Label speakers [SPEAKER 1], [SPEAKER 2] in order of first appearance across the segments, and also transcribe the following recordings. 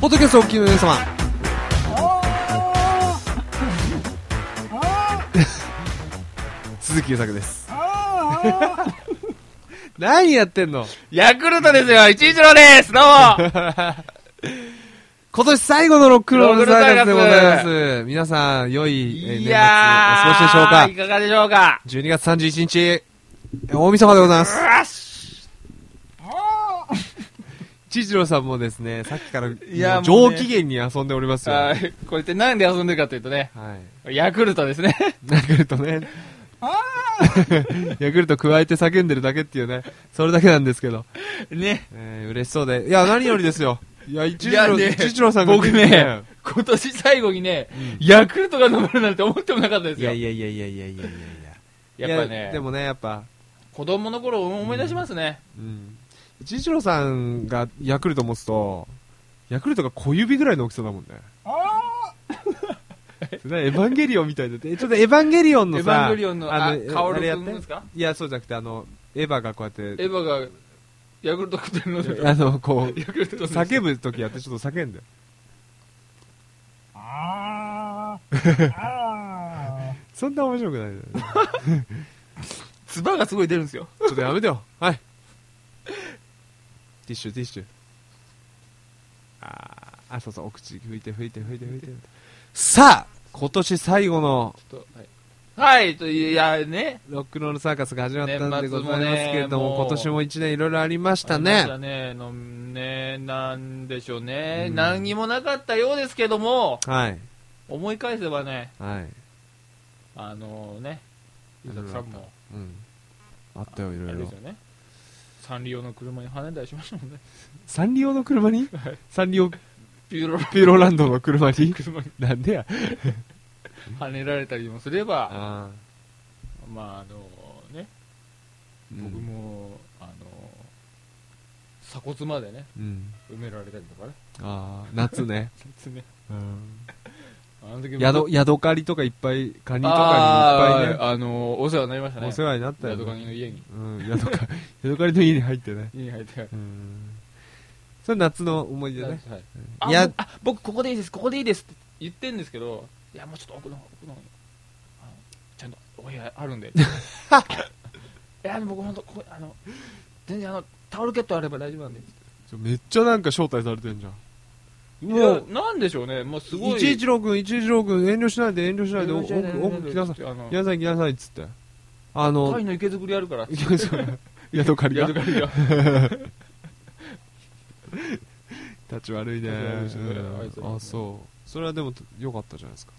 [SPEAKER 1] ポッドキャストをお聞きの皆様、 鈴木優作です。 何やってんの
[SPEAKER 2] ヤクルトですよ、一一郎ですどうも
[SPEAKER 1] 今年最後のロックロールサイガスでございま
[SPEAKER 2] ロ
[SPEAKER 1] す。皆さん、良い えー年
[SPEAKER 2] い
[SPEAKER 1] 末お過ごしでしょう
[SPEAKER 2] やー、い
[SPEAKER 1] か
[SPEAKER 2] かがでしょうか
[SPEAKER 1] ?12 月31日、えー大晦日でございます。
[SPEAKER 2] うわっし
[SPEAKER 1] 一郎さんもですね、さっきから、も
[SPEAKER 2] や
[SPEAKER 1] う
[SPEAKER 2] も
[SPEAKER 1] 上
[SPEAKER 2] うね
[SPEAKER 1] 機嫌に遊んでおりますよ。は。
[SPEAKER 2] はいいこれってなんで遊んでるかというとね、ヤクルトです ね。
[SPEAKER 1] ヤクルトね。ヤクルト加えて叫んでるだけっていうね、それだけなんですけど。
[SPEAKER 2] ね。
[SPEAKER 1] えー、嬉しそうで。いや、何よりですよ。いや、一
[SPEAKER 2] いや
[SPEAKER 1] 郎、
[SPEAKER 2] ね
[SPEAKER 1] 一郎さんが。
[SPEAKER 2] 僕ね、今年最後にね、ヤクルトが飲めるなんて思ってもなかったです
[SPEAKER 1] い
[SPEAKER 2] よ
[SPEAKER 1] や。いやいやいやいやいやいやいや。
[SPEAKER 2] やっぱ
[SPEAKER 1] いや
[SPEAKER 2] ね
[SPEAKER 1] で、もね、やっぱ、
[SPEAKER 2] 子供の頃を思い出しますね。
[SPEAKER 1] うん。一郎さんがヤクルト持つと、ヤクルトが小指ぐらいの大きさだもんね。な エヴァンゲリオンみたいで、えちょっとエヴァンゲリオン
[SPEAKER 2] エ
[SPEAKER 1] の
[SPEAKER 2] ヴ
[SPEAKER 1] さ、
[SPEAKER 2] ァンゲリオンの、あ、
[SPEAKER 1] え
[SPEAKER 2] カオ
[SPEAKER 1] あ
[SPEAKER 2] ル
[SPEAKER 1] れや
[SPEAKER 2] く
[SPEAKER 1] っ
[SPEAKER 2] ん
[SPEAKER 1] て
[SPEAKER 2] ですか
[SPEAKER 1] いや、そうじゃなくて、あの、エヴァがこうやって
[SPEAKER 2] エ、ヴァが、ヤクルト食ってるので、
[SPEAKER 1] あの、こう、
[SPEAKER 2] ヤクルトです
[SPEAKER 1] 叫ぶ時やってちょっと叫んで。そんな面白くないよね。
[SPEAKER 2] 唾がすごい出るんですよ。
[SPEAKER 1] ちょっとやめてよ。はい。ティッシュ、ティッシュ。あーあ、そうそう、お口拭いて、拭いて、拭いて、拭いて。さあ、今年最後の
[SPEAKER 2] ちょっとはい、はい、といやね、
[SPEAKER 1] ロックンロールサーカスが始まったんで
[SPEAKER 2] 年
[SPEAKER 1] ご
[SPEAKER 2] 末
[SPEAKER 1] ざ
[SPEAKER 2] もね
[SPEAKER 1] いますけれども、
[SPEAKER 2] もう
[SPEAKER 1] 今年も一年いろいろありました
[SPEAKER 2] ありま
[SPEAKER 1] ね
[SPEAKER 2] し。たねのねなんでしょうね、
[SPEAKER 1] うん
[SPEAKER 2] 何にもなかったようですけども、
[SPEAKER 1] はい。
[SPEAKER 2] 思い返せばね、
[SPEAKER 1] はい。
[SPEAKER 2] あのね、伊沢さんも、
[SPEAKER 1] うん。あったよ、い
[SPEAKER 2] あ
[SPEAKER 1] ろい
[SPEAKER 2] れで
[SPEAKER 1] ろ
[SPEAKER 2] す。よね、サンリオの車に跳ねたりしましたもんね、
[SPEAKER 1] サンリオの車にサンリオピ
[SPEAKER 2] ピューロの
[SPEAKER 1] ューロランドの車に
[SPEAKER 2] 車に
[SPEAKER 1] なんでや。
[SPEAKER 2] 跳ねられたりもすれば、
[SPEAKER 1] あ
[SPEAKER 2] まあ、あのね、
[SPEAKER 1] ー
[SPEAKER 2] 僕。も、あの鎖骨までね、
[SPEAKER 1] うんうん。
[SPEAKER 2] 埋められたりとかね、
[SPEAKER 1] ああ、夏ね。
[SPEAKER 2] 爪
[SPEAKER 1] うん。
[SPEAKER 2] あの時
[SPEAKER 1] 宿、宿借りとかいっぱい、カニとかにいっぱいね
[SPEAKER 2] あー、あのお世話になりましたね。
[SPEAKER 1] お世話になったよ、
[SPEAKER 2] 宿カニ
[SPEAKER 1] ね。
[SPEAKER 2] の家に、
[SPEAKER 1] うん、宿か、宿借りの家に入ってね。
[SPEAKER 2] 家に入って。
[SPEAKER 1] うん。それ夏の思い出ね。
[SPEAKER 2] はい
[SPEAKER 1] い
[SPEAKER 2] あ
[SPEAKER 1] や
[SPEAKER 2] もうあ僕ここでいいですここでいいですって言ってんですけどいやもうちょっと奥の奥のあのちゃんとお部屋ある んでいや僕本当ここあの全然あのタオルケットあれば大丈夫なんで
[SPEAKER 1] ちょめっちゃなんか招待されてんじゃん。
[SPEAKER 2] い
[SPEAKER 1] も
[SPEAKER 2] や
[SPEAKER 1] う、
[SPEAKER 2] なんでしょうねもうすごい
[SPEAKER 1] 一一郎君、一一郎君、遠慮しないで、遠慮しないで、奥、奥、来なさい。
[SPEAKER 2] いあの
[SPEAKER 1] 来なさい、来なさい、っつって。あ
[SPEAKER 2] タ
[SPEAKER 1] の
[SPEAKER 2] イ、の池作りあるから
[SPEAKER 1] 宿借りが
[SPEAKER 2] 宿。借りが
[SPEAKER 1] 立ち悪いね。
[SPEAKER 2] 立ち悪いですね
[SPEAKER 1] うん
[SPEAKER 2] あいつら
[SPEAKER 1] あ、そう。それはでも、良かったじゃないですか。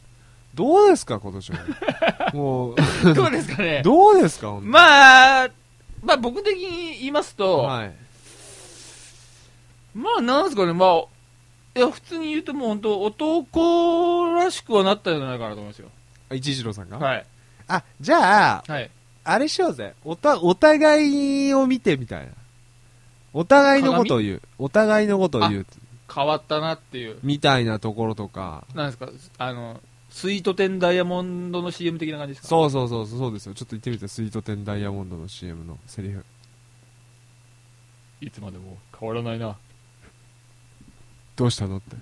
[SPEAKER 1] どうですか、今年は。もう、
[SPEAKER 2] どうですかね
[SPEAKER 1] どうですか、ほんと
[SPEAKER 2] まあまあ僕的に言いますと、
[SPEAKER 1] はい。
[SPEAKER 2] まあなんですかねまあいや普通に言うともう本当男らしくはなったんじゃないかなと思いますよ
[SPEAKER 1] 一一郎さんが
[SPEAKER 2] はい
[SPEAKER 1] あ、じゃあ、
[SPEAKER 2] はい
[SPEAKER 1] あれしようぜ。おた、お互いを見てみたいな。お互いのことを言う。お互いのことを言う。
[SPEAKER 2] 変わったなっていう
[SPEAKER 1] みたいなところとか。
[SPEAKER 2] なんですかあのスイートテンダイヤモンドの CM 的な感じですか
[SPEAKER 1] そうそうそう、そうですよ。ちょっと言ってみて、スイートテンダイヤモンドの CM のセリフ。
[SPEAKER 2] いつまでも変わらないな
[SPEAKER 1] どうしたの って。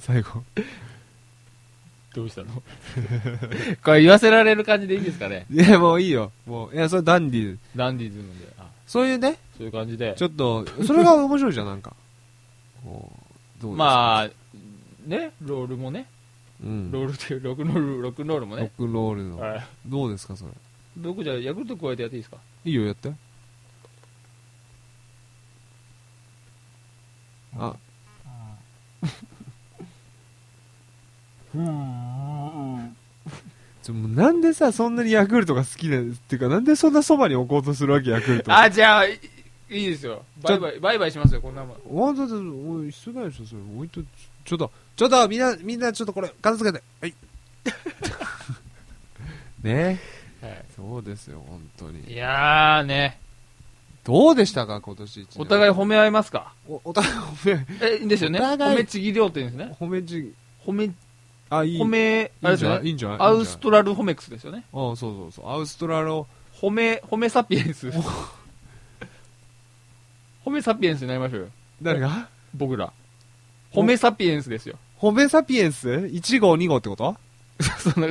[SPEAKER 1] 最後。
[SPEAKER 2] どうしたの これ言わせられる感じでいいですか ね
[SPEAKER 1] いや、もういいよ。もう、いや、それダンディー。
[SPEAKER 2] ダンディーズのであ
[SPEAKER 1] そういうね、
[SPEAKER 2] そういう感じで
[SPEAKER 1] ちょっと、それが面白いじゃん、なんか。こうどうですか
[SPEAKER 2] まあねロールもね
[SPEAKER 1] うん。
[SPEAKER 2] ロールっていうロックノールロックンロールも
[SPEAKER 1] ロッ
[SPEAKER 2] ね
[SPEAKER 1] クンロールの。
[SPEAKER 2] はい
[SPEAKER 1] どうですか、それ。
[SPEAKER 2] 僕じゃあヤクルト加えてやっていいですか
[SPEAKER 1] いいよ、やって。あ、ちょもうなんでさ、そんなにヤクルトが好きなっていうか、なんでそんなそばに置こうとするわけ、ヤクルト。
[SPEAKER 2] あじゃあいいいですよバイバイバイバイしますよこんなもん
[SPEAKER 1] おだって、おい、室内でしょ、それ。置いと、ちょちょっと、ちょっと、みんな、みんな、ちょっとこれ、片付けて。はい。ね
[SPEAKER 2] はい
[SPEAKER 1] そうですよ、本当
[SPEAKER 2] い
[SPEAKER 1] に。
[SPEAKER 2] やーね
[SPEAKER 1] どうでしたか、今年一年。
[SPEAKER 2] お互い褒め合いますか
[SPEAKER 1] お、お互い褒め、
[SPEAKER 2] えいいんですよね
[SPEAKER 1] お互い
[SPEAKER 2] 褒めちぎりょうって言うんですね
[SPEAKER 1] 褒めじ、
[SPEAKER 2] 褒め
[SPEAKER 1] あ、いい。
[SPEAKER 2] 褒め、あ
[SPEAKER 1] いいん
[SPEAKER 2] れです
[SPEAKER 1] じゃ
[SPEAKER 2] よ
[SPEAKER 1] ないい
[SPEAKER 2] ね。
[SPEAKER 1] いんじゃない
[SPEAKER 2] アウストラルホメックスですよね。
[SPEAKER 1] あそうそうそう。アウストラロ、
[SPEAKER 2] 褒め、褒めサピエンス。褒 めサピエンスになりましょうよ。
[SPEAKER 1] 誰が
[SPEAKER 2] 僕ら。ホメサピエンスですよ。
[SPEAKER 1] ホメサピエンス ?1 号、2号ってこと
[SPEAKER 2] そんな、い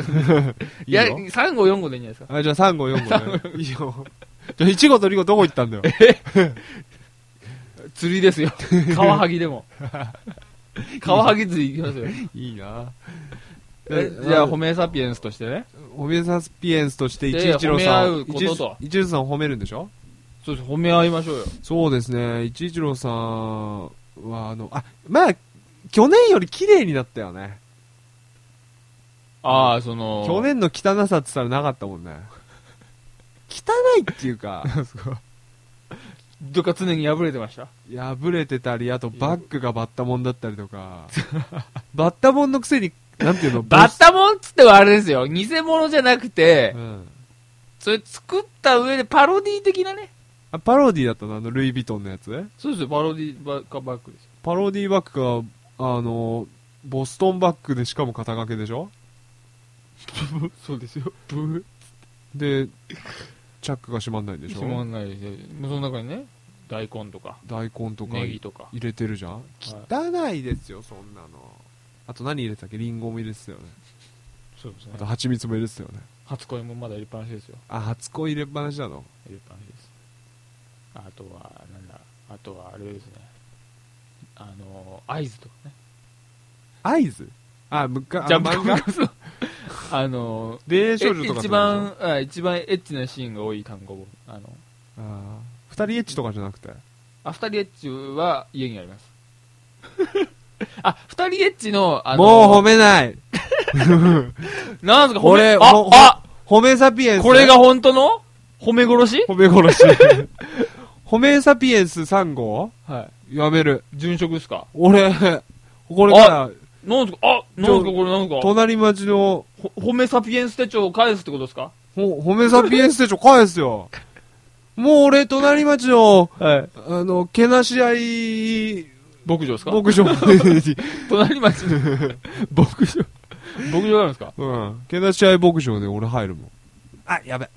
[SPEAKER 1] い
[SPEAKER 2] や、
[SPEAKER 1] や、
[SPEAKER 2] 3号、4号でいいんじゃないですか。
[SPEAKER 1] あじゃあ3号、4号、ね。いいよ。じゃあ1号と2号どこ行ったんだよ。
[SPEAKER 2] 釣り ですよ。カワハギでも。カワハギ釣り行きますよ。
[SPEAKER 1] いいな
[SPEAKER 2] えじゃあ、ホメサピエンスとしてね。
[SPEAKER 1] ホメサピエンスとして一
[SPEAKER 2] で
[SPEAKER 1] 一郎さ
[SPEAKER 2] 褒め合
[SPEAKER 1] ん
[SPEAKER 2] う、ことと
[SPEAKER 1] 一一郎さんを褒めるんでしょ
[SPEAKER 2] そうです、褒め合いましょうよ。
[SPEAKER 1] そうですね、一一郎さんは、あの、あ、まあ、去年より綺麗になったよね。
[SPEAKER 2] ああ、その、
[SPEAKER 1] 去年の汚さって言ったらなかったもんね。汚いっていう か、
[SPEAKER 2] どっか常に破れてました。
[SPEAKER 1] 破れてたり、あとバッグがバッタモンだったりとか、バッタモンのくせに、なんていうの、
[SPEAKER 2] バッタモンっつってはあれですよ。偽物じゃなくて
[SPEAKER 1] う、ん。
[SPEAKER 2] それ作った上でパロディ的なね。
[SPEAKER 1] あ、パロディだったのあの、ルイ・ヴィトンのやつ
[SPEAKER 2] そうですよ、パロディバカバックですよ。
[SPEAKER 1] パロディバッグが、あの、ボストンバッグでしかも肩掛けでしょ
[SPEAKER 2] そうですよ。 ブ
[SPEAKER 1] で、チャックが閉まんないんで
[SPEAKER 2] ー。
[SPEAKER 1] し
[SPEAKER 2] しま
[SPEAKER 1] ょ
[SPEAKER 2] んないですよ。その中にね、大根とか、
[SPEAKER 1] 大根とか
[SPEAKER 2] ネギ
[SPEAKER 1] 入
[SPEAKER 2] とか。
[SPEAKER 1] れてるじゃん
[SPEAKER 2] はい
[SPEAKER 1] 汚いですよ、そんなの。あと何入れてたっけリンゴも入れてたよね。
[SPEAKER 2] そうです
[SPEAKER 1] あと
[SPEAKER 2] ね。
[SPEAKER 1] 蜂蜜も入れてたよね。
[SPEAKER 2] 初恋もまだ入れっぱなしですよ。
[SPEAKER 1] あ、初恋入れっぱなしなの
[SPEAKER 2] 入れっぱなしです。あとは、なんだ、あとはあれですね。あの、合図とかね。
[SPEAKER 1] 合図あ、むか、
[SPEAKER 2] ジャン
[SPEAKER 1] あの漫画
[SPEAKER 2] プとか。あの、
[SPEAKER 1] 霊
[SPEAKER 2] え
[SPEAKER 1] 少女とかそ
[SPEAKER 2] 一
[SPEAKER 1] うでし
[SPEAKER 2] 番、あ一番エッチなシーンが多い単語を。あの、
[SPEAKER 1] ょ。あー二人エッチとかじゃなくて。
[SPEAKER 2] あ、二人エッチは家にあり ます。あ、二人エッチの、あの、
[SPEAKER 1] もう褒めない
[SPEAKER 2] なんすか、褒
[SPEAKER 1] 俺、、
[SPEAKER 2] めあ
[SPEAKER 1] ほ、
[SPEAKER 2] あ、
[SPEAKER 1] ほ褒めサピエンス。
[SPEAKER 2] これが本当の褒め殺し
[SPEAKER 1] 褒め殺し。褒めサピエンス3号
[SPEAKER 2] は
[SPEAKER 1] やめる。
[SPEAKER 2] い。殉職ですか
[SPEAKER 1] 俺、これから、
[SPEAKER 2] なんすか、あ、なんすか、これなんすか、
[SPEAKER 1] 隣町の、
[SPEAKER 2] ほ褒めサピエンス手帳を返すってことですか
[SPEAKER 1] ほ、褒めサピエンス手帳返すよ。もう俺、隣町の、
[SPEAKER 2] はい。
[SPEAKER 1] あの、けなし合い、
[SPEAKER 2] 牧場ですか
[SPEAKER 1] 牧場ま で
[SPEAKER 2] 隣町の牧場。牧場があるんですか
[SPEAKER 1] うん。けなし合い牧場で俺入るもん。あ、やべ。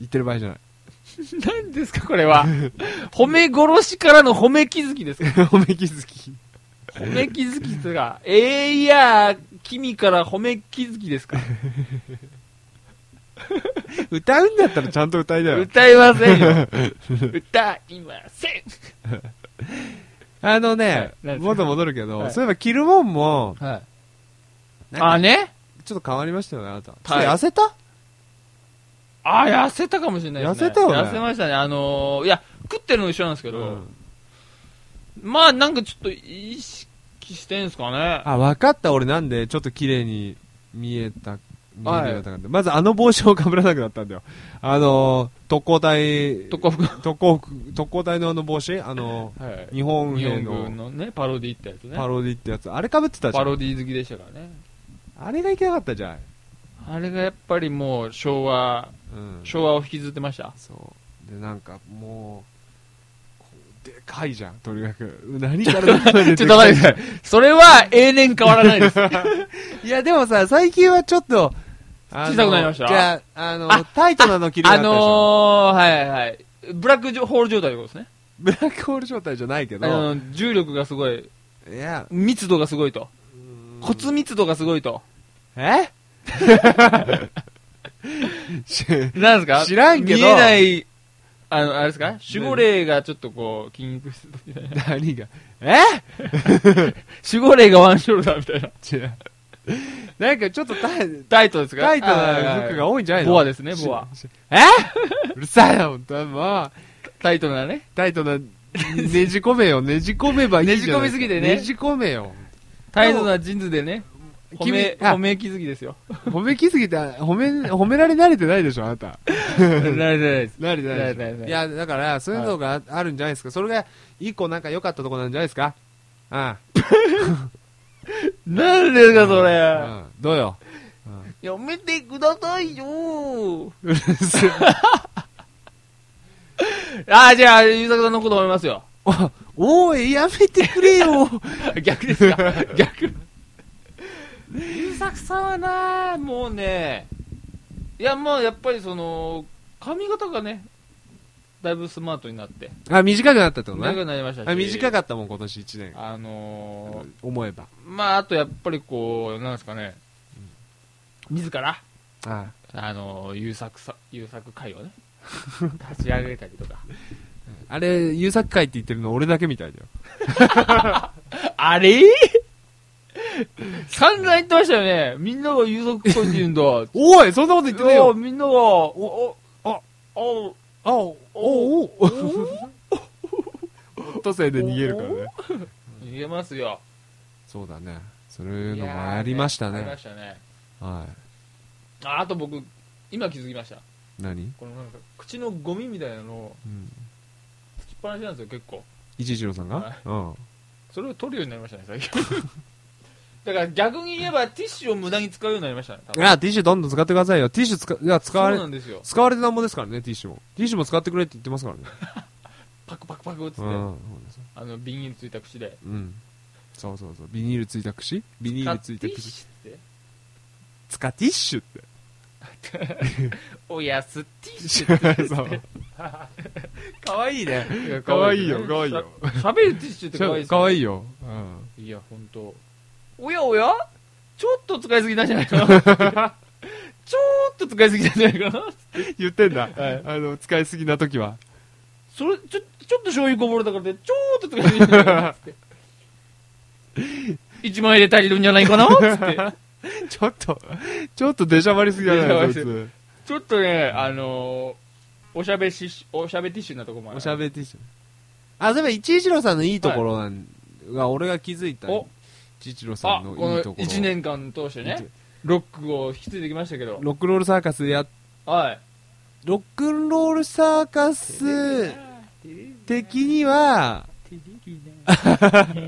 [SPEAKER 1] 言ってる場合じゃない。
[SPEAKER 2] 何ですか、これは。 褒め殺しからの褒め気づきですか
[SPEAKER 1] 褒め気づき。
[SPEAKER 2] 褒め気づきとか、えー、いやー、君から褒め気づきです か
[SPEAKER 1] 歌うんだったらちゃんと歌いだよ。
[SPEAKER 2] 歌いません よ。歌いません。
[SPEAKER 1] あの
[SPEAKER 2] はい
[SPEAKER 1] ね、
[SPEAKER 2] 何ですか
[SPEAKER 1] 元戻るけど、
[SPEAKER 2] はい
[SPEAKER 1] そういえば着るもんも、
[SPEAKER 2] はい。
[SPEAKER 1] な
[SPEAKER 2] あ
[SPEAKER 1] んか
[SPEAKER 2] ね。
[SPEAKER 1] ちょっと変わりましたよね、あなた。ちょっと
[SPEAKER 2] はい
[SPEAKER 1] 痩せた
[SPEAKER 2] あ、痩せたかもしれないですね。
[SPEAKER 1] 痩せたよね
[SPEAKER 2] 痩せましたね。あのー、いや、食ってるの一緒なんですけ
[SPEAKER 1] う
[SPEAKER 2] ど、
[SPEAKER 1] ん
[SPEAKER 2] まあなんかちょっと意識してんすかね。
[SPEAKER 1] あ、わかった、俺なんで、ちょっと綺麗に見えた、見え
[SPEAKER 2] はい
[SPEAKER 1] るようになったかってまずあの帽子をかぶらなくなったんだよ。あの、特攻隊、
[SPEAKER 2] とか服。は
[SPEAKER 1] 特攻服、特攻隊のあの帽子あの、
[SPEAKER 2] い。
[SPEAKER 1] 日本
[SPEAKER 2] 日
[SPEAKER 1] 兵
[SPEAKER 2] 本
[SPEAKER 1] の
[SPEAKER 2] 軍のね、パロディってやつね。
[SPEAKER 1] パロディってやつ。あれかぶってたじゃ
[SPEAKER 2] パ
[SPEAKER 1] ん。
[SPEAKER 2] ロディ好きでしたからね。
[SPEAKER 1] あれがいけなかったじゃん。
[SPEAKER 2] あれがやっぱりもう昭和、
[SPEAKER 1] うん。
[SPEAKER 2] 昭和を引きずってました。
[SPEAKER 1] そう。で、なんか、もう、こうでかいじゃん、とにかく。何から何までで
[SPEAKER 2] ちょっと
[SPEAKER 1] か
[SPEAKER 2] 待
[SPEAKER 1] い
[SPEAKER 2] っ。てください。それは永年変わらな いです。
[SPEAKER 1] いや、でもさ、最近はちょっと、あの
[SPEAKER 2] 小さくなりました
[SPEAKER 1] じゃあ、あの、
[SPEAKER 2] あ
[SPEAKER 1] タイトなの着るよう
[SPEAKER 2] あ
[SPEAKER 1] になったでしょ。
[SPEAKER 2] のー、はいはい。ブラックホール状態ってことですね。
[SPEAKER 1] ブラックホール状態じゃないけ
[SPEAKER 2] あ
[SPEAKER 1] ど、
[SPEAKER 2] の重力がすごい、
[SPEAKER 1] いや、
[SPEAKER 2] 密度がすごいと。
[SPEAKER 1] 骨
[SPEAKER 2] 骨密度がすごいと。
[SPEAKER 1] え し
[SPEAKER 2] なんですか
[SPEAKER 1] 知らんけど
[SPEAKER 2] 見えない、あの、あれですか守護霊がちょっとこう、筋肉質みたいな。
[SPEAKER 1] 何が、え
[SPEAKER 2] 守護霊がワンショルダーみたいな。
[SPEAKER 1] 違う。なんかちょっとタイ
[SPEAKER 2] タイトですか
[SPEAKER 1] タイトな服が多いんじゃないの
[SPEAKER 2] ボアですね、ボア。
[SPEAKER 1] ししえ うるさいな、本当はもう。
[SPEAKER 2] タイトなね。
[SPEAKER 1] タイトな、ねじ込めよ、ねじ込めばいいじゃない
[SPEAKER 2] ねじ込みすぎてね
[SPEAKER 1] ねじ込めよ。
[SPEAKER 2] タイトなジーンズでね、褒
[SPEAKER 1] 君
[SPEAKER 2] め、
[SPEAKER 1] あ
[SPEAKER 2] 褒め気づきで すよ。
[SPEAKER 1] 褒めきすぎて、褒め、褒められ慣れてないでしょ、あなた。
[SPEAKER 2] なるなるです。
[SPEAKER 1] 慣れて
[SPEAKER 2] ないでしょ
[SPEAKER 1] いや、だから、そういうのがああるんじゃないですか。それが、一個なんか良かったとこなんじゃないですか。あ
[SPEAKER 2] なんですか、そ
[SPEAKER 1] あ。う
[SPEAKER 2] れ。
[SPEAKER 1] ん。どうよ。
[SPEAKER 2] やめてくださいよ
[SPEAKER 1] うるせえ。
[SPEAKER 2] ああ、じゃあ、ゆうさくさんのこと思いますよ。
[SPEAKER 1] おい、やめてくれよ。
[SPEAKER 2] 逆ですか逆。ゆうさくさんはな、もうね、いや、まあ、やっぱりその、髪型がね、だいぶスマートになって
[SPEAKER 1] あ、短くなったってこと
[SPEAKER 2] 長く
[SPEAKER 1] ね。
[SPEAKER 2] なりましたし
[SPEAKER 1] あ、短かったもん、今年1年。
[SPEAKER 2] あのー
[SPEAKER 1] 思えば。
[SPEAKER 2] まああとやっぱりこうなんですかね自ら
[SPEAKER 1] あ
[SPEAKER 2] あのー優作さ優作会をね立ち上げたりとか
[SPEAKER 1] あれ、優作会って言ってるの俺だけみたいだよ。
[SPEAKER 2] あれ散々言ってましたよね。みんなが優作会って言うんだ。お
[SPEAKER 1] おいそんなこと言ってねえよ
[SPEAKER 2] みんなが、お、お、
[SPEAKER 1] あ、
[SPEAKER 2] お、
[SPEAKER 1] あ、お、お、お、オットセイで逃げるからね。
[SPEAKER 2] 言えますよ。
[SPEAKER 1] そうだね。そういうのもありました
[SPEAKER 2] いやーあり
[SPEAKER 1] ね
[SPEAKER 2] ま。したね。
[SPEAKER 1] は
[SPEAKER 2] ああと僕、今気づきました。
[SPEAKER 1] い。何
[SPEAKER 2] このなんか、口のゴミみたいなのを、
[SPEAKER 1] うん。
[SPEAKER 2] つきっぱなしなんですよ、結構。
[SPEAKER 1] 一一郎さん
[SPEAKER 2] は
[SPEAKER 1] が
[SPEAKER 2] い
[SPEAKER 1] うん。
[SPEAKER 2] それを取るようになりましたね、最近。 だから逆に言えば、ティッシュを無駄に使うようになりましたね、多
[SPEAKER 1] い
[SPEAKER 2] 分
[SPEAKER 1] や、ティッシュどんどん使ってくださいよ。ティッシュ使、いや、使わ
[SPEAKER 2] そう
[SPEAKER 1] れ
[SPEAKER 2] な、んですよ。
[SPEAKER 1] 使われてなんぼですからね、ティッシュも。ティッシュも使ってくれって言ってますからね。
[SPEAKER 2] パクパクパクっつって、
[SPEAKER 1] うん。 そうです
[SPEAKER 2] あの、瓶についた口で。
[SPEAKER 1] うん。そうそうそう。ビニールついた口ビニールついた
[SPEAKER 2] ティッ
[SPEAKER 1] 口。
[SPEAKER 2] シュって。
[SPEAKER 1] つかティッシュって。
[SPEAKER 2] おやすティッシュっ て言うん ですね。
[SPEAKER 1] かわいいね。
[SPEAKER 2] か
[SPEAKER 1] か
[SPEAKER 2] わ
[SPEAKER 1] わ
[SPEAKER 2] い
[SPEAKER 1] い
[SPEAKER 2] い
[SPEAKER 1] い
[SPEAKER 2] よ
[SPEAKER 1] よ、かわいいよ。
[SPEAKER 2] 喋るティッシュって可愛いです
[SPEAKER 1] かわ
[SPEAKER 2] い
[SPEAKER 1] いいよ。うん。
[SPEAKER 2] いや本当。おやおやちょっと使いすぎなんじゃないか なちょっと使いすぎなんじゃないかな
[SPEAKER 1] 言ってんだ。
[SPEAKER 2] はい
[SPEAKER 1] あの、使いすぎな時 は。
[SPEAKER 2] それちょちょっと醤油こぼれたからでちょっと使いすぎなんじゃないかなっつって1枚で足りるんじゃないかなっつって
[SPEAKER 1] ちょっと、ちょっと出しゃばりすぎじゃない
[SPEAKER 2] 出
[SPEAKER 1] で
[SPEAKER 2] しゃ
[SPEAKER 1] す
[SPEAKER 2] ば
[SPEAKER 1] か。
[SPEAKER 2] ちょっとねあのー、おしゃべしおしゃべティッシュなとこもある
[SPEAKER 1] おしゃべりティッシュ。あ、そういえば、一一郎さんのいいところなんが、俺が気づいた。
[SPEAKER 2] お
[SPEAKER 1] 一一郎さ
[SPEAKER 2] あ
[SPEAKER 1] ん
[SPEAKER 2] こ
[SPEAKER 1] のい
[SPEAKER 2] の
[SPEAKER 1] いところ。
[SPEAKER 2] 1年間通してねロックを引き継いできましたけど
[SPEAKER 1] ロックンロールサーカスや、
[SPEAKER 2] はい
[SPEAKER 1] ロックンロールサーカス 的には、
[SPEAKER 2] テレビなテレ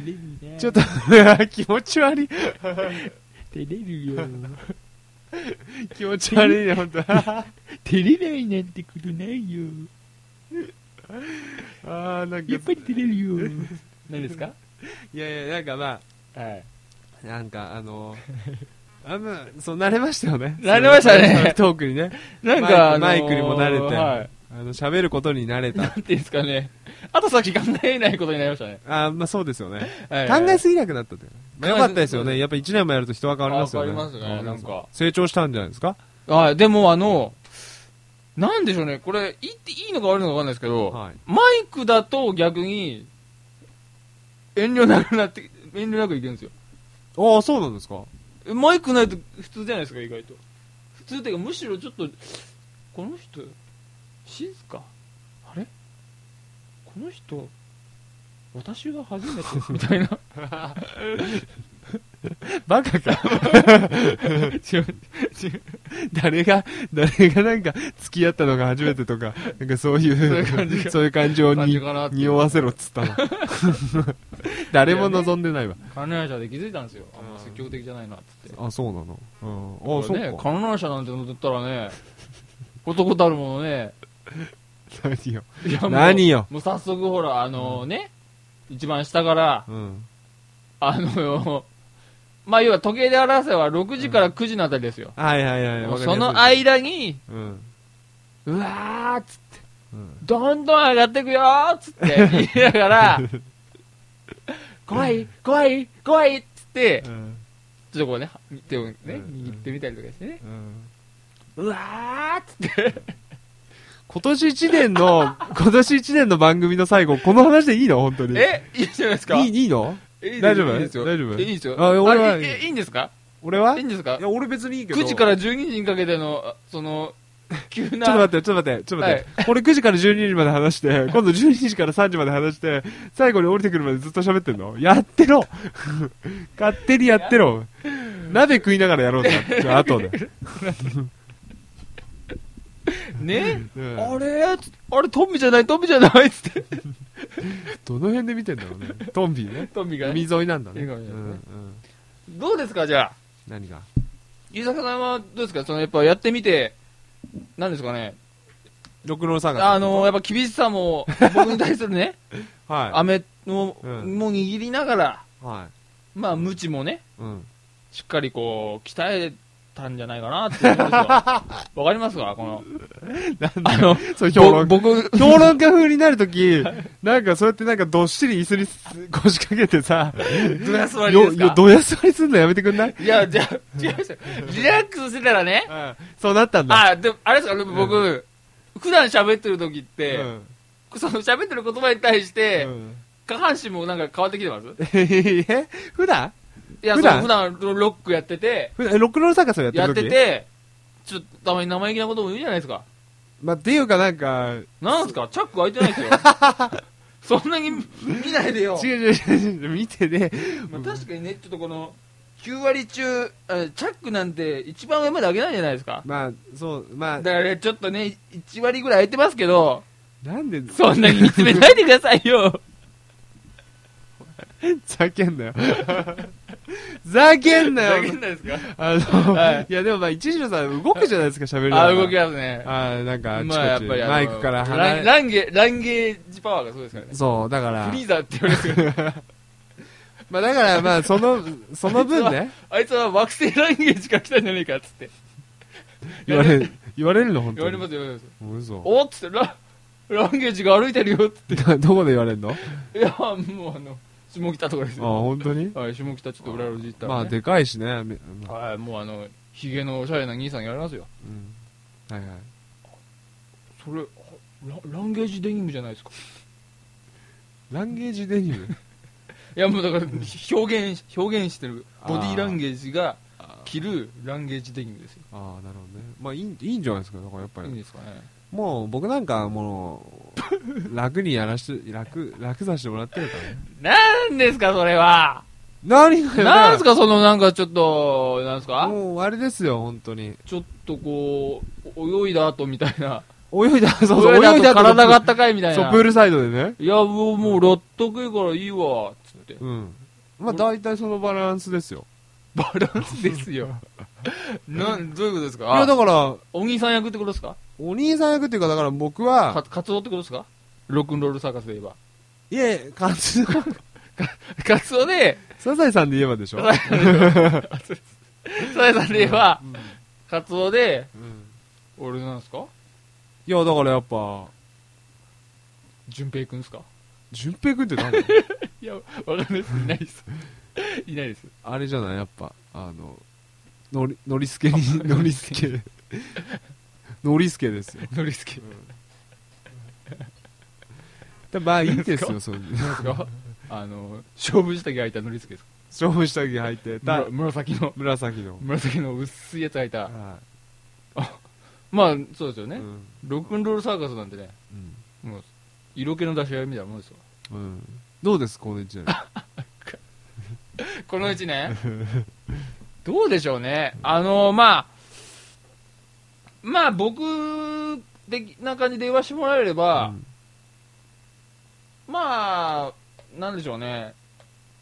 [SPEAKER 2] ビな
[SPEAKER 1] ちょっと いや、気持ち悪い。
[SPEAKER 2] 照れるよ
[SPEAKER 1] 気持ち悪いね、本当 あ
[SPEAKER 2] 照れないなんてことないよ
[SPEAKER 1] ーなんか、
[SPEAKER 2] やっぱり照れる よ何ですか
[SPEAKER 1] いやいや、なんかま
[SPEAKER 2] はい
[SPEAKER 1] あ、なんかあの、あんま、そう、慣れましたよね。
[SPEAKER 2] 慣れましたね
[SPEAKER 1] そういうトークにね。
[SPEAKER 2] なん
[SPEAKER 1] マイク
[SPEAKER 2] かあのー
[SPEAKER 1] マイクにも慣れて
[SPEAKER 2] はい
[SPEAKER 1] あの、喋ることに慣れ た。
[SPEAKER 2] なんていうんですかねあと先考えないことになりましたね、
[SPEAKER 1] あーまあそうですよね。
[SPEAKER 2] はい
[SPEAKER 1] 考えすぎなくなったという。まあよかったですよ
[SPEAKER 2] 考えす
[SPEAKER 1] ね。やっぱ一年もやると人は変わりますよね。
[SPEAKER 2] あ変わりますね
[SPEAKER 1] 変わり
[SPEAKER 2] なんか
[SPEAKER 1] 成長したんじゃないですか
[SPEAKER 2] はいでもあのなんでしょうねこれ言っていいのか悪いのか分かんないですけど、
[SPEAKER 1] はい。
[SPEAKER 2] マイクだと逆に遠慮なくなって遠慮なくいけるんですよ
[SPEAKER 1] ああ、そうなんですか
[SPEAKER 2] マイクないと普通じゃないですか意外と普通っていうかむしろちょっとこの人静かあれこの人私が初めてみたいな
[SPEAKER 1] バカか。
[SPEAKER 2] 違う違う
[SPEAKER 1] 誰が、誰がなんか付き合ったのが初めてとか、なんかそうい
[SPEAKER 2] そういう感じ
[SPEAKER 1] う、
[SPEAKER 2] が
[SPEAKER 1] そういう感情
[SPEAKER 2] 感じ
[SPEAKER 1] に
[SPEAKER 2] かなって
[SPEAKER 1] 匂わせろっつった の。誰も望んでないわ。
[SPEAKER 2] 観覧車で気づいたんですよあん
[SPEAKER 1] う
[SPEAKER 2] ま
[SPEAKER 1] ん
[SPEAKER 2] 積極的じゃないなっつって
[SPEAKER 1] あ、そうなの。うん。あ、そ
[SPEAKER 2] これね
[SPEAKER 1] うか。
[SPEAKER 2] 観覧車なんて乗ったらね男たるものね
[SPEAKER 1] 何よ。
[SPEAKER 2] いやもう
[SPEAKER 1] 何よ
[SPEAKER 2] もう早速ほらあのね、一番下から
[SPEAKER 1] うん。
[SPEAKER 2] あの、まあ、要は時計で表せば6時から9時のあたりですよ。
[SPEAKER 1] はいはいはい。わかりやすい
[SPEAKER 2] その。間に、
[SPEAKER 1] うん。
[SPEAKER 2] うわーっつって、
[SPEAKER 1] うん
[SPEAKER 2] どんどん上がってくよーっ つって言いながら、怖い、怖い、怖いっつって、ちょ
[SPEAKER 1] うん。
[SPEAKER 2] っとこうね、手をね、
[SPEAKER 1] うん
[SPEAKER 2] 握ってみたりとかしてね、
[SPEAKER 1] うん
[SPEAKER 2] うわーっつって、
[SPEAKER 1] 今年一年の、 今年一年の番組の最後、この話でいいの本当に。
[SPEAKER 2] え、いいじゃないですか
[SPEAKER 1] いい、いいの
[SPEAKER 2] えいいです
[SPEAKER 1] 大丈夫
[SPEAKER 2] いいですよ。
[SPEAKER 1] 大丈夫
[SPEAKER 2] えいいですよ。
[SPEAKER 1] あ俺は
[SPEAKER 2] あええいいんですか
[SPEAKER 1] 俺はい
[SPEAKER 2] いんですか
[SPEAKER 1] いや、俺別にいいけど。
[SPEAKER 2] ?9 時から12時にかけての、あその、急
[SPEAKER 1] ちょっと
[SPEAKER 2] な、
[SPEAKER 1] 待って、ちょっと待って、ちょっと待って。俺9時から12時まで話 して、今度12時から3時まで話して、最後に降りてくるまでずっと喋ってんのやってろ 勝手にやってろ鍋食いながらやろうぜ。じゃあ、後で。
[SPEAKER 2] ね、
[SPEAKER 1] うん
[SPEAKER 2] あれつってあれトンビじゃないトンビじゃないっつって。
[SPEAKER 1] どの辺で見てんだろうね。トンビ ね。
[SPEAKER 2] トンビが
[SPEAKER 1] 海
[SPEAKER 2] ね。
[SPEAKER 1] 沿いなんだね。
[SPEAKER 2] 海沿
[SPEAKER 1] う
[SPEAKER 2] い
[SPEAKER 1] ん
[SPEAKER 2] だね
[SPEAKER 1] うん
[SPEAKER 2] どうですかじゃあ。
[SPEAKER 1] 何が
[SPEAKER 2] ゆ坂さんはどうですかそのやっぱやってみて、なんですかね。
[SPEAKER 1] ロックンロールサーカス。
[SPEAKER 2] あの、やっぱ厳し さも、僕に対するね、
[SPEAKER 1] は
[SPEAKER 2] 飴の、
[SPEAKER 1] うん
[SPEAKER 2] もう握りながら、
[SPEAKER 1] い。は
[SPEAKER 2] まあ、無知もね、
[SPEAKER 1] い。うん。
[SPEAKER 2] しっかりこう、鍛えたんじゃないかなって 思うんですよ。わかりますかこの、あの、
[SPEAKER 1] そう、評
[SPEAKER 2] ぼ
[SPEAKER 1] 論家。
[SPEAKER 2] 僕、
[SPEAKER 1] 評論家風になるとき、 なんかそうやってなんかどっしり椅子にす腰掛けてさ、
[SPEAKER 2] どや座りで
[SPEAKER 1] よ、
[SPEAKER 2] す
[SPEAKER 1] よ、
[SPEAKER 2] か
[SPEAKER 1] どや座りすんのやめてくんない
[SPEAKER 2] いや、じゃあ違いますよ。リラックスしてたらね、
[SPEAKER 1] うんそうなったんだ。
[SPEAKER 2] あ、でも、あれですよ、でも僕、普段喋ってる時って、
[SPEAKER 1] うん
[SPEAKER 2] その喋ってる言葉に対して、
[SPEAKER 1] うん
[SPEAKER 2] 下半身もなんか変わってきてます
[SPEAKER 1] え普段
[SPEAKER 2] いや、
[SPEAKER 1] 普
[SPEAKER 2] 普
[SPEAKER 1] 段
[SPEAKER 2] 段普段ロックやってて、
[SPEAKER 1] 普段ロックンロールサーカスをやってる
[SPEAKER 2] やっ
[SPEAKER 1] 時
[SPEAKER 2] てて、ちょっとたまに生意気なことも言うじゃないですか。
[SPEAKER 1] まあ、っていうかなんか、
[SPEAKER 2] なんですかチャック開いてないですよ。 そんなに見ないでよ。
[SPEAKER 1] 違う違う違う違う、見てね、
[SPEAKER 2] まあ、確かにね、ちょっとこの、9割中、あチャックなんて一番上まで上げないじゃないですか。
[SPEAKER 1] まあ、そう、ま
[SPEAKER 2] だからねちょっとね、1割ぐらい空いてますけど、
[SPEAKER 1] あ、なんで、
[SPEAKER 2] そんなに見つめないでくださいよ。
[SPEAKER 1] ざけんなよ。ざけんな
[SPEAKER 2] 大
[SPEAKER 1] よ
[SPEAKER 2] 変。なんですか
[SPEAKER 1] あの、
[SPEAKER 2] はい
[SPEAKER 1] い、やでもまあ、一時のさん動くじゃないですか、喋るのが
[SPEAKER 2] あ、動きますね。
[SPEAKER 1] あーなんか、あちこ
[SPEAKER 2] まあ、やっぱ
[SPEAKER 1] ち
[SPEAKER 2] りあの
[SPEAKER 1] マイクから離
[SPEAKER 2] ラン
[SPEAKER 1] れ、
[SPEAKER 2] ランゲ、ランゲージパワーがそうですからね。
[SPEAKER 1] そう、だから
[SPEAKER 2] フ、リーザーって言われてるけど
[SPEAKER 1] まあだからまあ、その、 その分ね、
[SPEAKER 2] あいつは惑星ランゲージから来たんじゃねえかっつって。
[SPEAKER 1] 言われる、言われるの、本
[SPEAKER 2] 言わ
[SPEAKER 1] 当
[SPEAKER 2] れま
[SPEAKER 1] に。
[SPEAKER 2] すよ、言われますよ。
[SPEAKER 1] 嘘。
[SPEAKER 2] おっつって、ラ、ランゲージが歩いてるよっつっ
[SPEAKER 1] どどこで言われる のあ、
[SPEAKER 2] て。いや、もうあの、下北とかですよ。
[SPEAKER 1] 本当に
[SPEAKER 2] はい、下北ちょっと裏路地行ったら、
[SPEAKER 1] ま
[SPEAKER 2] ね。
[SPEAKER 1] あ、でかいしね。めまあ
[SPEAKER 2] はい、もうあの、ヒゲのおしゃれな兄さんやりますよ。
[SPEAKER 1] うんはいはい。
[SPEAKER 2] それ、ラランゲージデニムじゃないですか。
[SPEAKER 1] ランゲージデニム
[SPEAKER 2] いや、もうだから、表現、表現してる、ボディーランゲージが着るランゲージデニムですよ。
[SPEAKER 1] ああ、なるほどね。まあ、いい、いいんじゃないですか、だからやっぱ
[SPEAKER 2] いいん
[SPEAKER 1] り。
[SPEAKER 2] ですかね。
[SPEAKER 1] もう、僕なんかはも う、楽にやらして、楽、楽させてもらってるからね。
[SPEAKER 2] なんですか、それは。
[SPEAKER 1] 何がよ
[SPEAKER 2] なんす
[SPEAKER 1] か
[SPEAKER 2] か、そのなんかちょっと、なんすか
[SPEAKER 1] もう、あれですよ、本当に。
[SPEAKER 2] ちょっとこう、お泳いだ後みたいな。
[SPEAKER 1] 泳いだ、そうそう、
[SPEAKER 2] 泳いだ後
[SPEAKER 1] 後
[SPEAKER 2] 体があったかいみたい
[SPEAKER 1] そう、
[SPEAKER 2] な
[SPEAKER 1] プー。ルサイドでね。
[SPEAKER 2] いや、もう、もう、ロット食いからいいわ、つって。
[SPEAKER 1] うん。まあ、大体そのバランスですよ。
[SPEAKER 2] バランスですよ。 なん、どういうことです
[SPEAKER 1] いや、
[SPEAKER 2] か
[SPEAKER 1] だから、
[SPEAKER 2] お兄さん役ってことですか
[SPEAKER 1] お兄さん役っていうか、だから僕
[SPEAKER 2] か
[SPEAKER 1] は、
[SPEAKER 2] カツオってことですかロックンロールサーカスで言えば。
[SPEAKER 1] いえ、カ ツオ、
[SPEAKER 2] カツオで、
[SPEAKER 1] サザエさんで言えばでしょ。
[SPEAKER 2] サザエさんで言えば、カツオで、
[SPEAKER 1] うん
[SPEAKER 2] 俺なんですか
[SPEAKER 1] いや、だからやっぱ、
[SPEAKER 2] 淳平くんですか
[SPEAKER 1] 淳平君って誰
[SPEAKER 2] いや、わかんないです。いないです。 いないです。
[SPEAKER 1] あれじゃないやっぱ、あの、のり、のりすけに、のりすけ。のりすけですよ。
[SPEAKER 2] ノリスケ。
[SPEAKER 1] でまあいいですよ、そう。
[SPEAKER 2] なんですかあの、勝負下着履いたノリスケですか
[SPEAKER 1] 勝負下着履いて、た
[SPEAKER 2] むら紫の、
[SPEAKER 1] 紫の。
[SPEAKER 2] 紫の薄いやつ履いた。
[SPEAKER 1] は
[SPEAKER 2] まあ、そうですよ
[SPEAKER 1] い。
[SPEAKER 2] ね、
[SPEAKER 1] うん
[SPEAKER 2] ロックンロールサーカスなんてね、
[SPEAKER 1] うん
[SPEAKER 2] もう、色気の出し合いみたいなもんですよ。
[SPEAKER 1] うん。どうです、この一年。
[SPEAKER 2] このうちね、どうでしょうね。あの、まあ、まあ僕的な感じで言わしてもらえれば、
[SPEAKER 1] うん
[SPEAKER 2] まあ、なんでしょうね。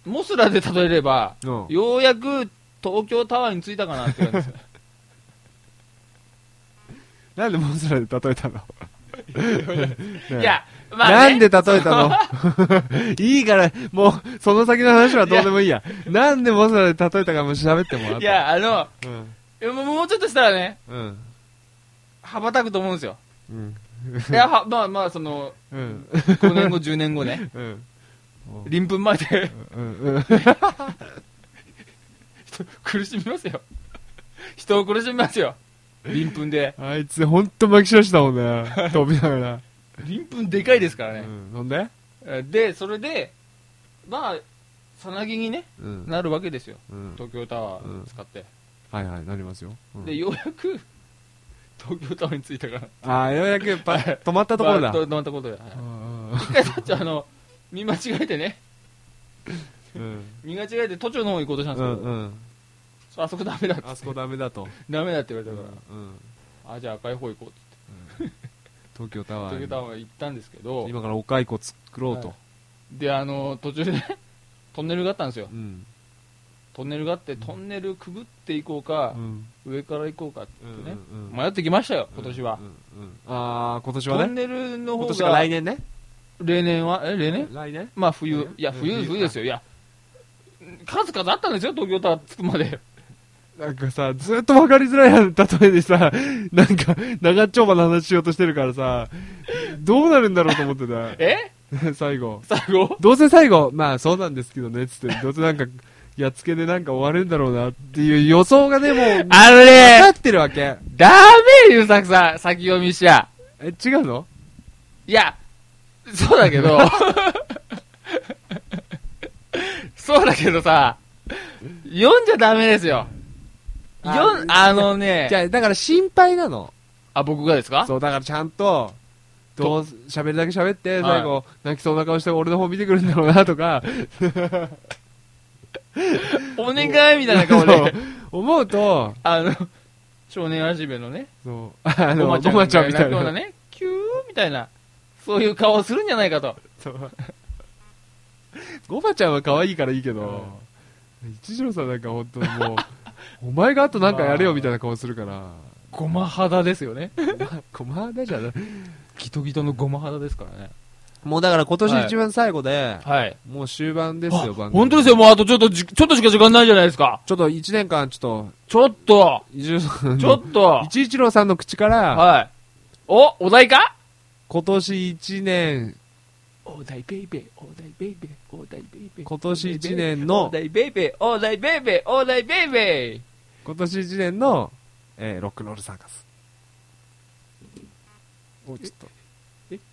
[SPEAKER 2] モスラで例えれば、
[SPEAKER 1] うん
[SPEAKER 2] ようやく東京タワーに着いたかなって感じです。
[SPEAKER 1] なんでモンスラで例えたのねえ
[SPEAKER 2] いや、まあ、
[SPEAKER 1] な
[SPEAKER 2] ね、
[SPEAKER 1] んで例えたのいいから、もう、その先の話はどうでもいいや。なんでモンスラで例えたかも喋ってもらった。
[SPEAKER 2] いや、あの、
[SPEAKER 1] うん。
[SPEAKER 2] いやもうもうちょっとしたらね、
[SPEAKER 1] うん。
[SPEAKER 2] 羽ばたくと思うん ですよ。
[SPEAKER 1] うん。
[SPEAKER 2] いや、はまあまあ、その、
[SPEAKER 1] うん。
[SPEAKER 2] 5年後、10年後ね、
[SPEAKER 1] うん。
[SPEAKER 2] 臨粉まで
[SPEAKER 1] うん。うん。
[SPEAKER 2] 苦しみますよ。人を苦しみますよ。臨粉で。
[SPEAKER 1] あいつ、ほんと巻き散らしたもん ね。飛びながら。
[SPEAKER 2] 臨粉でかいですから
[SPEAKER 1] う
[SPEAKER 2] ね。
[SPEAKER 1] ん。ほんで
[SPEAKER 2] で、それで、まあ、さなぎにね、
[SPEAKER 1] うん。
[SPEAKER 2] なるわけですよ。
[SPEAKER 1] うん。
[SPEAKER 2] 東京タワー使って。
[SPEAKER 1] はいはい、なりますよ。うん
[SPEAKER 2] で、ようやく、東京タワーに着いたから。
[SPEAKER 1] ああ、ようやく、 ぱ、止まったところ
[SPEAKER 2] ま
[SPEAKER 1] だ
[SPEAKER 2] あ。どどんなところだ。はい
[SPEAKER 1] うん
[SPEAKER 2] 一回、ちょっとあの、見間違えてね、
[SPEAKER 1] うん。
[SPEAKER 2] 見間違えて都庁の方行こうとしたん
[SPEAKER 1] う
[SPEAKER 2] です
[SPEAKER 1] ん
[SPEAKER 2] け
[SPEAKER 1] うん。
[SPEAKER 2] ど、あそこダメだっつって
[SPEAKER 1] あそこダメだと。
[SPEAKER 2] ダメだって言われたから、
[SPEAKER 1] うん。
[SPEAKER 2] あじゃあ赤い方行こうって
[SPEAKER 1] 東京タ
[SPEAKER 2] 言っ
[SPEAKER 1] ワ
[SPEAKER 2] て、東京タ
[SPEAKER 1] ー。
[SPEAKER 2] ワー行ったんですけど、
[SPEAKER 1] 今からお蚕作ろうと
[SPEAKER 2] は。で、あの途中で ね、トンネルがあったんですよ
[SPEAKER 1] う、ん。
[SPEAKER 2] トンネルがあって、トンネルくぐっていこうか
[SPEAKER 1] う、ん。
[SPEAKER 2] 上から行こうかって言ってね、
[SPEAKER 1] うんうんうん
[SPEAKER 2] 迷ってきましたよ、今年は。
[SPEAKER 1] うんうんうんああ、今年
[SPEAKER 2] ト
[SPEAKER 1] は
[SPEAKER 2] ン
[SPEAKER 1] ね。
[SPEAKER 2] ネルの
[SPEAKER 1] 今
[SPEAKER 2] 方
[SPEAKER 1] 年
[SPEAKER 2] が
[SPEAKER 1] が来年ね。
[SPEAKER 2] 例年は、え、例年
[SPEAKER 1] 来年
[SPEAKER 2] まあ冬、いや、
[SPEAKER 1] うん
[SPEAKER 2] 冬、
[SPEAKER 1] 冬
[SPEAKER 2] 冬ですよ、いや、数々あったんですよ、東京タワー着くまで。
[SPEAKER 1] なんかさ、ずっと分かりづらい例えでさ、なんか、長丁場の話しようとしてるからさ、どうなるんだろうと思ってた。
[SPEAKER 2] え
[SPEAKER 1] 最後。
[SPEAKER 2] 最後
[SPEAKER 1] どうせ最後、まあそうなんですけどね、つって、どうせなんか、やっつけでなんか終わるんだろうなっていう予想がね、もう、
[SPEAKER 2] あの
[SPEAKER 1] 分か
[SPEAKER 2] ね、
[SPEAKER 1] ってるわけ。
[SPEAKER 2] ダメゆうさくさん、先読みしちゃ。
[SPEAKER 1] え、違うの
[SPEAKER 2] いや、そうだけど、そうだけどさ、読んじゃダメですよ。
[SPEAKER 1] あ
[SPEAKER 2] 読ん、あのね
[SPEAKER 1] じ、ゃあ、だから心配なの。
[SPEAKER 2] あ、僕がですか
[SPEAKER 1] そう、だからちゃんと、どう、喋るだけ喋って、
[SPEAKER 2] はい
[SPEAKER 1] 最後、泣きそうな顔して俺の方見てくるんだろうなとか、
[SPEAKER 2] お願いみたいな顔
[SPEAKER 1] そう
[SPEAKER 2] で、
[SPEAKER 1] 思うと、
[SPEAKER 2] あの、少年はじめのね、
[SPEAKER 1] そう、あの、
[SPEAKER 2] ご
[SPEAKER 1] ご
[SPEAKER 2] ま
[SPEAKER 1] ま
[SPEAKER 2] ち
[SPEAKER 1] ちゃん
[SPEAKER 2] ゃん
[SPEAKER 1] みたい
[SPEAKER 2] よう
[SPEAKER 1] な。
[SPEAKER 2] ね、キューみたいな、そういう顔をするんじゃないかと。
[SPEAKER 1] そうごまちゃんは可愛いからいいけど、一条さんなんか本当もう、お 前があとなんかやれよみたいな顔するから、
[SPEAKER 2] ごま肌ですよね。
[SPEAKER 1] ごまだじゃない。
[SPEAKER 2] ギトギトのごま肌ですからね。
[SPEAKER 1] もうだから今年一番最後で、
[SPEAKER 2] はい。
[SPEAKER 1] もう終盤ですよ、番組。
[SPEAKER 2] 本当ですよ、もうあとちょっとじ、ちょっとしか時間ないじゃないですか。
[SPEAKER 1] ちょっと一年間、ちょっと、
[SPEAKER 2] ちょっと、
[SPEAKER 1] 伊集さん
[SPEAKER 2] ちょ
[SPEAKER 1] の、
[SPEAKER 2] っと、
[SPEAKER 1] 一一郎さんの口から、
[SPEAKER 2] はい。お、お題か
[SPEAKER 1] 今年一年、
[SPEAKER 2] お題ベイベー、お題ベイベー、お題ベイベー。
[SPEAKER 1] 今年一年
[SPEAKER 2] お
[SPEAKER 1] の、
[SPEAKER 2] 題ベイベー、お題ベイベー、お題ベイベー。
[SPEAKER 1] 今年一年の、えーロックンロールサーカス。おちょっと。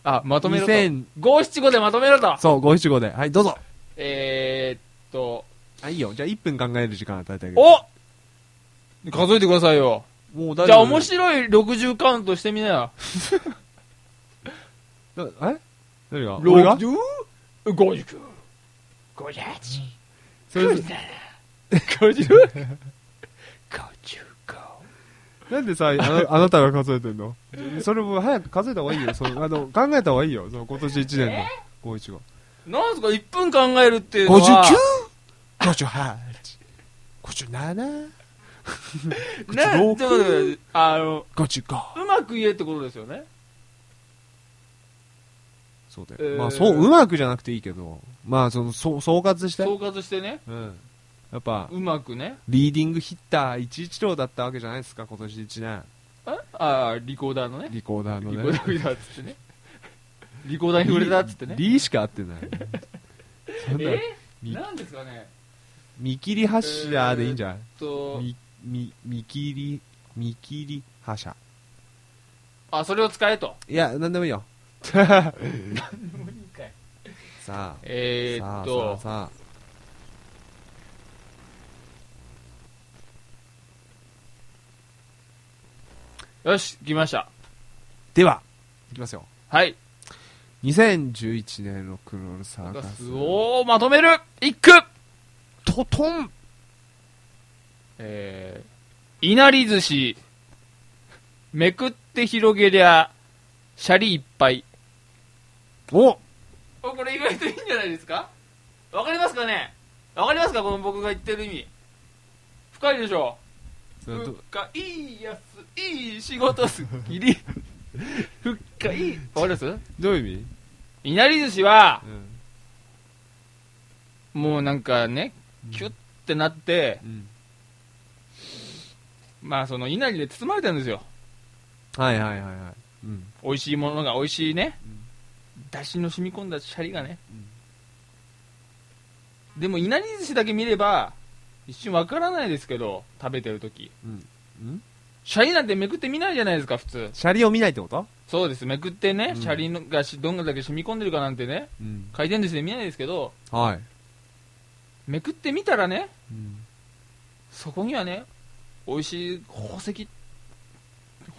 [SPEAKER 2] あ、まとめろと。
[SPEAKER 1] 2000
[SPEAKER 2] 五七五でまとめろと。
[SPEAKER 1] そう、五七五で。はい、どうぞ。
[SPEAKER 2] えー、っと、
[SPEAKER 1] あ、いいよ。じゃあ1分考える時間与えてあげる。
[SPEAKER 2] お数えてくださいよ。
[SPEAKER 1] もう大
[SPEAKER 2] じゃあ面白い60カウントしてみなよ。
[SPEAKER 1] だえ何が俺が
[SPEAKER 2] 60?59。58。
[SPEAKER 1] それ
[SPEAKER 2] 50?55。
[SPEAKER 1] なんでさあ の、あなたが数えてんのそれも早く数えた方がいいよ。そのあの考えた方がいいよ。その今年1年の五一五。
[SPEAKER 2] なんすか、1分考えるっていうのは。
[SPEAKER 1] 59!58!57! 57
[SPEAKER 2] ね、
[SPEAKER 1] 56
[SPEAKER 2] でも、あの、
[SPEAKER 1] 55
[SPEAKER 2] うまく言えってことですよね。
[SPEAKER 1] そうだよ、
[SPEAKER 2] えー
[SPEAKER 1] まあそううまくじゃなくていいけどまあそのそう総括して
[SPEAKER 2] 総
[SPEAKER 1] う、
[SPEAKER 2] 括してね、
[SPEAKER 1] ん、やっぱ
[SPEAKER 2] うまくね。
[SPEAKER 1] リーディングヒッター一一郎だったわけじゃないですか今年1年
[SPEAKER 2] ああー、リコーダーのね。
[SPEAKER 1] リコーダーの
[SPEAKER 2] リ
[SPEAKER 1] ね
[SPEAKER 2] コーダーだっつってね。リコーダーに触れたっつってね。
[SPEAKER 1] リーしか合ってないそんな
[SPEAKER 2] え
[SPEAKER 1] み
[SPEAKER 2] なんですかね
[SPEAKER 1] 見切り発車でいいんじゃない、
[SPEAKER 2] と、
[SPEAKER 1] みみ見切り見切り発車
[SPEAKER 2] あ、それを使えと。
[SPEAKER 1] いやなんでもい いよさあ
[SPEAKER 2] えー、
[SPEAKER 1] さ
[SPEAKER 2] っ
[SPEAKER 1] あ
[SPEAKER 2] と、
[SPEAKER 1] さあさ
[SPEAKER 2] よし、来ました。
[SPEAKER 1] あではいきますよ
[SPEAKER 2] はい。
[SPEAKER 1] 2011年ロックンロールサーカス
[SPEAKER 2] すおー、まとめる一句
[SPEAKER 1] トトン
[SPEAKER 2] えー、いなり寿司、めくって広げりゃ、シャリいっぱい。
[SPEAKER 1] お
[SPEAKER 2] おこれ意外といいんじゃないですかわかりますかねわかりますかこの僕が言ってる意味。深いでしょ
[SPEAKER 1] ど
[SPEAKER 2] 深いやつ、いい仕事すっきり。深い。わかります
[SPEAKER 1] どういう意味、
[SPEAKER 2] いなり寿司は
[SPEAKER 1] う、ん
[SPEAKER 2] もうなんかね、キュッてなって、まあそのいなりで包まれてるんですよ。
[SPEAKER 1] はいはいはいはい、うん、
[SPEAKER 2] 美味しいものが美味しいね。だしの染み込んだシャリがね。でもいなり寿司だけ見れば、一瞬わからないですけど、食べてるとき。
[SPEAKER 1] うん
[SPEAKER 2] シャリなんてめくって見ないじゃないですか、普通。
[SPEAKER 1] シャリを見ないってこと、
[SPEAKER 2] そうです、めくってね、
[SPEAKER 1] うん
[SPEAKER 2] シャリのがしどんだけ染み込んでるかなんてね、
[SPEAKER 1] うん、
[SPEAKER 2] 回転寿司で見ないですけど、
[SPEAKER 1] はい、
[SPEAKER 2] めくってみたらね、そこにはね、美味しい宝石、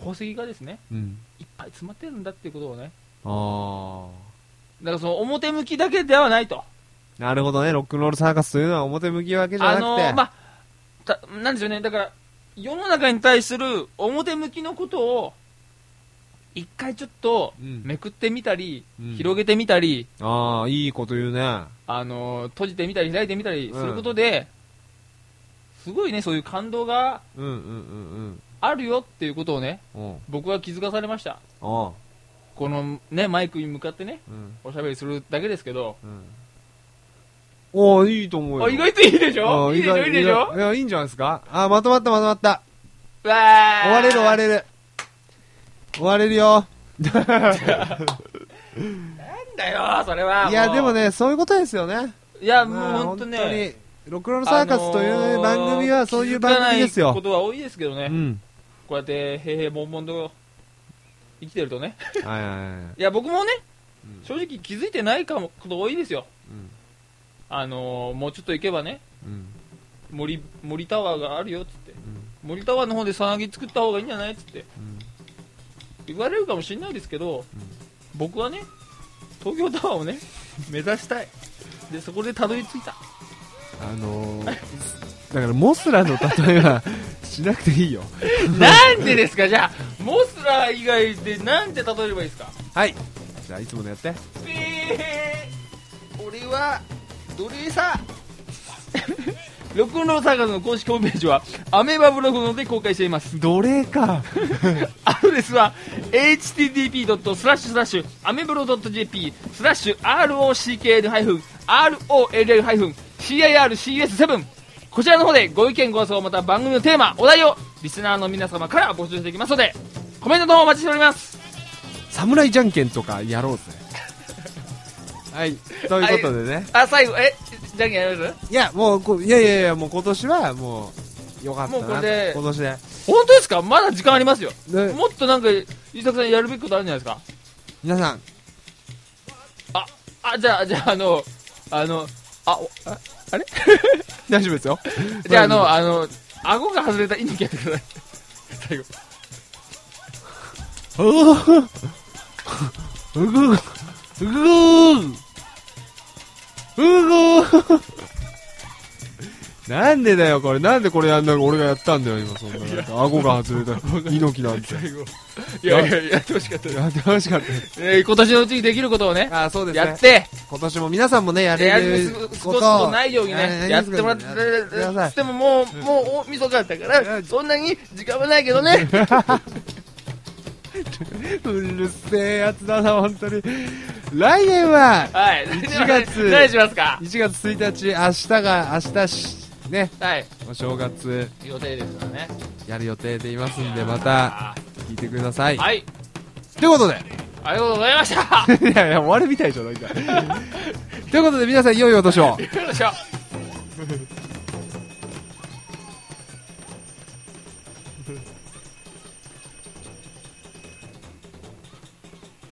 [SPEAKER 2] 宝石がですね、
[SPEAKER 1] うん、
[SPEAKER 2] いっぱい詰まってるんだっていうことをね、
[SPEAKER 1] あ
[SPEAKER 2] だからその表向きだけではないと。
[SPEAKER 1] あなるほどねロックンロールサーカスというのは表向きわけじゃな
[SPEAKER 2] あ
[SPEAKER 1] くて、
[SPEAKER 2] のーまあ、たなんでしょうね、だから、世の中に対する表向きのことを、一回ちょっと
[SPEAKER 1] うん
[SPEAKER 2] めくってみたり、
[SPEAKER 1] うん
[SPEAKER 2] 広げてみたり、
[SPEAKER 1] ああいいこと言うね
[SPEAKER 2] あのー閉じてみたり、開いてみたりすることで、すごいね、そういう感動が
[SPEAKER 1] うんうんうん
[SPEAKER 2] あるよっていうことをね、
[SPEAKER 1] うんうん
[SPEAKER 2] 僕は気づかされました。
[SPEAKER 1] あ
[SPEAKER 2] このね、マイクに向かってね、
[SPEAKER 1] うん
[SPEAKER 2] おしゃべりするだけですけど、
[SPEAKER 1] うんおーいいと思うよ。
[SPEAKER 2] あ意外といいでしょ
[SPEAKER 1] うん
[SPEAKER 2] いいでしょいいでしょ
[SPEAKER 1] 意外いや、いいんじゃないですかあー、まとまったまとまった。
[SPEAKER 2] わー
[SPEAKER 1] 終われる終われる。終われるよ。
[SPEAKER 2] なんだよ、それは。
[SPEAKER 1] いや、
[SPEAKER 2] う
[SPEAKER 1] でも。ね、そういうことですよね。
[SPEAKER 2] いや、も
[SPEAKER 1] まあ
[SPEAKER 2] う本当ね。
[SPEAKER 1] に。ロクロのサーカスという番組はそういう番組です
[SPEAKER 2] 気づかないこ
[SPEAKER 1] よ。
[SPEAKER 2] とは多いですけどね。
[SPEAKER 1] うん。
[SPEAKER 2] こうやって、平々悶々と生きてるとね。
[SPEAKER 1] はいはいはい。
[SPEAKER 2] いや、僕もね、
[SPEAKER 1] うん
[SPEAKER 2] 正直気づいてないかも、こと多いですよ。
[SPEAKER 1] うん
[SPEAKER 2] あのー、もうちょっと行けばね、
[SPEAKER 1] うん
[SPEAKER 2] 森、森タワーがあるよ、つって。
[SPEAKER 1] うん
[SPEAKER 2] 森タワーの方でさなぎ作った方がいいんじゃないつって。
[SPEAKER 1] うん
[SPEAKER 2] 言われるかもしれないですけど、僕はね、東京タワーをね、 目指したい。で、そこでたどり着いた。
[SPEAKER 1] あのー、だからモスラの例えはしなくていいよ。
[SPEAKER 2] なんでですかじゃあモスラー以外でなんて例えればいいですか
[SPEAKER 1] はい。じゃあいつものやって。
[SPEAKER 2] えー、俺は奴隷 さロックンロールサーカスの公式ホームページはアメーバブログので公開しています
[SPEAKER 1] 奴隷か。
[SPEAKER 2] アドレスは http. スラッシュスラッシュアメブロ .jp スラッシュ rockl-roll-circs7 こちらの方でご意見ご感想また番組のテーマお題をリスナーの皆様から募集していきますのでコメントの方お待ちしております
[SPEAKER 1] 侍じゃんけんとかやろうぜ。はい。ということでね。
[SPEAKER 2] あ最後えじゃんけんやります
[SPEAKER 1] いや、もうこ、いやいやいや、もう今年はもう、よかったな。
[SPEAKER 2] もうこれで
[SPEAKER 1] 今年で。
[SPEAKER 2] 本当ですかまだ時間ありますよ
[SPEAKER 1] で
[SPEAKER 2] もっとなんか伊作さんやるべきことあるんじゃないですか
[SPEAKER 1] 皆さん、
[SPEAKER 2] あじゃあじゃああのあのあおああれ
[SPEAKER 1] 大丈夫ですよ。
[SPEAKER 2] じゃああのあの顎が外れた猪木やってください最後
[SPEAKER 1] おーうぐうぐうぐうぐなんでだよ、これ。なんでこれやんだろう俺がやったんだよ、今、そんな。なんか顎が外れた。猪木なんて。
[SPEAKER 2] 最後いやいややってほしかった
[SPEAKER 1] やってほしかっ
[SPEAKER 2] えー今年のうちにできることをね
[SPEAKER 1] た。あ、そうです
[SPEAKER 2] や
[SPEAKER 1] ね
[SPEAKER 2] っ。て
[SPEAKER 1] 今年も皆さんもね、や
[SPEAKER 2] や
[SPEAKER 1] れ
[SPEAKER 2] る
[SPEAKER 1] る
[SPEAKER 2] す
[SPEAKER 1] こ
[SPEAKER 2] ことと
[SPEAKER 1] を。
[SPEAKER 2] ないように
[SPEAKER 1] あ
[SPEAKER 2] ねやってもらって
[SPEAKER 1] やってください
[SPEAKER 2] でももうもう大晦日だったからそんなに時間はないけどね
[SPEAKER 1] うるせえやつだな、本当に。来年は、
[SPEAKER 2] はい
[SPEAKER 1] 1月
[SPEAKER 2] 何しますか
[SPEAKER 1] 1月1日、明日が、明日し、ね、
[SPEAKER 2] はい
[SPEAKER 1] お正月
[SPEAKER 2] 予定ですからね
[SPEAKER 1] やる予定でいますんで、また、
[SPEAKER 2] あ
[SPEAKER 1] 聞いてください。
[SPEAKER 2] ーはい
[SPEAKER 1] ということで、
[SPEAKER 2] ありがとうございました
[SPEAKER 1] いやいや、終わるみたいじゃないか。ということで、皆さん、いよいよお年を。
[SPEAKER 2] よいしょ